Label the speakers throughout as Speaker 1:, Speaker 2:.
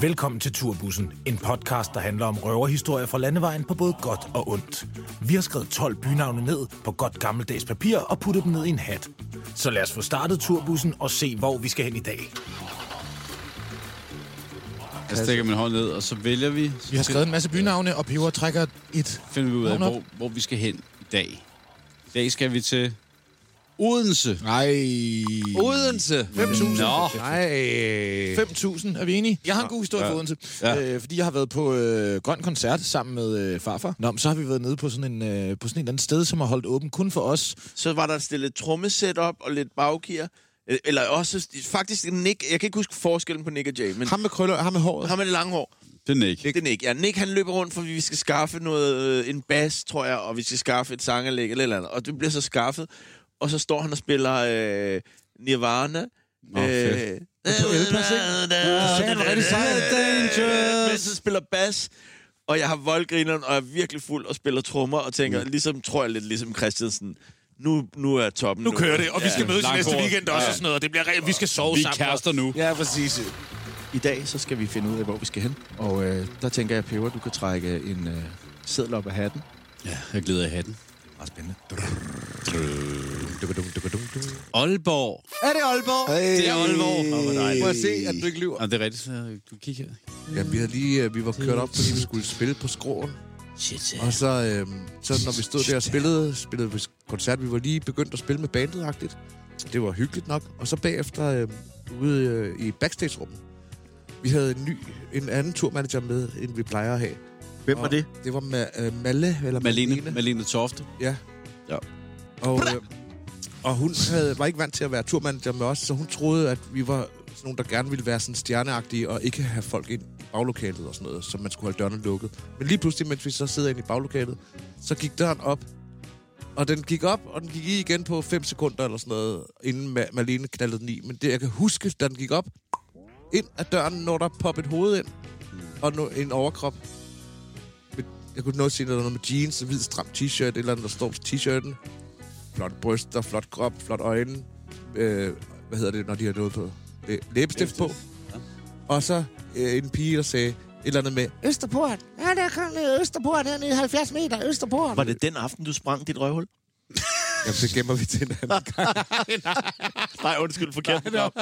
Speaker 1: Velkommen til Turbussen, en podcast, der handler om røverhistorier fra landevejen på både godt og ondt. Vi har skrevet 12 bynavne ned på godt gammeldags papir og puttet dem ned i en hat. Så lad os få startet Turbussen og se, hvor vi skal hen i dag.
Speaker 2: Jeg stikker min hånd ned, og så vælger vi. Så
Speaker 3: Vi har
Speaker 2: skal-
Speaker 3: skrevet en masse bynavne, og Peber trækker et.
Speaker 2: finder vi ud af,
Speaker 3: Vågn op.
Speaker 2: hvor, hvor vi skal hen i dag. I dag skal vi til Odense.
Speaker 3: Nej.
Speaker 4: Odense.
Speaker 3: 5.000.
Speaker 2: Nå.
Speaker 4: Nej.
Speaker 3: 5.000, er vi enige? Jeg har en god historie for Odense,
Speaker 2: Ja.
Speaker 3: øh, fordi jeg har været på øh, Grøn Koncert sammen med øh, farfar. Nå, men så har vi været nede på sådan en, øh, på sådan et eller andet sted, som har holdt åben kun for os.
Speaker 4: Så var der stillet trommesæt op og lidt baggear. Øh, Eller også faktisk Nick. Jeg kan ikke huske forskellen på Nick og Jay, men
Speaker 3: Ham med krøller, ham med håret.
Speaker 4: ham med det lange hår.
Speaker 2: Det er Nick.
Speaker 4: Det er Nick. Ja, Nick han løber rundt, for vi skal skaffe noget, øh, en bas, tror jeg, og vi skal skaffe et sanganlæg eller et eller andet. Og det bliver så skaffet, og så står han og spiller øh, Nirvana. Nå,
Speaker 2: fedt.
Speaker 4: på Elpas,
Speaker 3: han var rigtig sej.
Speaker 4: Mens han spiller bas, og jeg har voldgrineren, og er virkelig fuld og spiller trommer og tænker, ligesom, tror jeg lidt ligesom Christiansen, nu, nu er toppen. Nu
Speaker 1: kører det, og vi skal mødes
Speaker 2: Langt
Speaker 1: næste
Speaker 2: ord.
Speaker 1: weekend også
Speaker 2: Ja.
Speaker 1: og sådan noget, og det bliver re- vi skal sove
Speaker 2: Vi er
Speaker 1: sammen.
Speaker 2: kærester nu.
Speaker 4: Ja, præcis. I dag så skal vi finde ud af, hvor vi skal hen. Og øh, der tænker jeg, Peber, du kan trække en øh, seddel op af hatten.
Speaker 2: Ja, jeg glæder i hatten.
Speaker 4: Meget spændende.
Speaker 2: Aalborg.
Speaker 5: Er det Aalborg?
Speaker 3: Hey.
Speaker 2: Det er Aalborg. Nå, hvor dejligt.
Speaker 5: Må jeg se, at du ikke lyver?
Speaker 2: Nå, det er rigtigt. så øh, Du kigger her.
Speaker 5: Ja, vi, havde lige, øh, vi var kørt op, fordi vi skulle spille på skråen.
Speaker 2: Shit.
Speaker 5: Og så, øh, så når vi stod der og spillede, spillede vi koncert, vi var lige begyndt at spille med bandet-agtigt. Det var hyggeligt nok. Og så bagefter øh, ude øh, i backstage-rummet. Vi havde en ny, en anden turmanager med, end vi plejer at have.
Speaker 4: Hvem var
Speaker 5: Og
Speaker 4: det?
Speaker 5: Det var Ma- øh, Malle, eller
Speaker 2: Malene, Malene Tofte.
Speaker 5: Ja.
Speaker 2: Ja.
Speaker 5: Og, øh, og hun havde, var ikke vant til at være turmanager med os, så hun troede, at vi var sådan nogen, der gerne ville være sådan stjerneagtige og ikke have folk ind i baglokalet og sådan noget, så man skulle holde dørene lukket. Men lige pludselig, mens vi så sidder inde i baglokalet, så gik døren op, og den gik op, og den gik i igen på 5 sekunder eller sådan noget, inden Ma- Malene knaldede den i. Men det, jeg kan huske, da den gik op, ind ad døren, når der poppede et hoved ind, og no- en overkrop. Men Jeg kunne nå at sige noget noget med jeans, en hvid stram t-shirt, et eller andet, der står på t-shirten. Flot bryster, flot krop, flot øjne. Øh, hvad hedder det, når de har noget på? Øh, læbestift på. Og så øh, en pige, der sagde et eller andet med, Østerport, ja, der kom ned Østerport, hernede i 70 meter, Østerport.
Speaker 4: Var det den aften, du sprang dit røvhul?
Speaker 5: Jamen, det gemmer vi til en anden gang.
Speaker 4: Nej, undskyld, forkert program.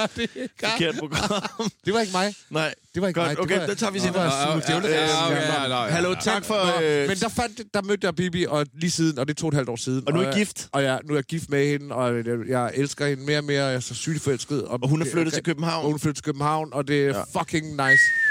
Speaker 4: Forkert program.
Speaker 5: Det var ikke mig.
Speaker 4: Nej,
Speaker 5: Det var ikke mig.
Speaker 4: godt,
Speaker 5: Det
Speaker 4: okay,
Speaker 5: var-
Speaker 4: den tager vi
Speaker 5: Nå,
Speaker 4: senere.
Speaker 5: det var Simon Djævle, der
Speaker 2: Ja,
Speaker 5: var-
Speaker 2: okay, nej, nej,
Speaker 4: Hallo,
Speaker 2: nej.
Speaker 4: tak for...
Speaker 5: Nå,
Speaker 4: øh,
Speaker 5: men der, fandt, der mødte jeg Bibi og lige siden, og det er to og et halvt år siden.
Speaker 4: Og nu er I
Speaker 5: jeg-
Speaker 4: gift?
Speaker 5: Og jeg, nu er jeg gift med hende, og jeg, jeg elsker hende mere og mere, og jeg er så sygt forelsket.
Speaker 4: Og hun er flyttet til København?
Speaker 5: Og hun er flyttet til København, og det er ja. fucking nice.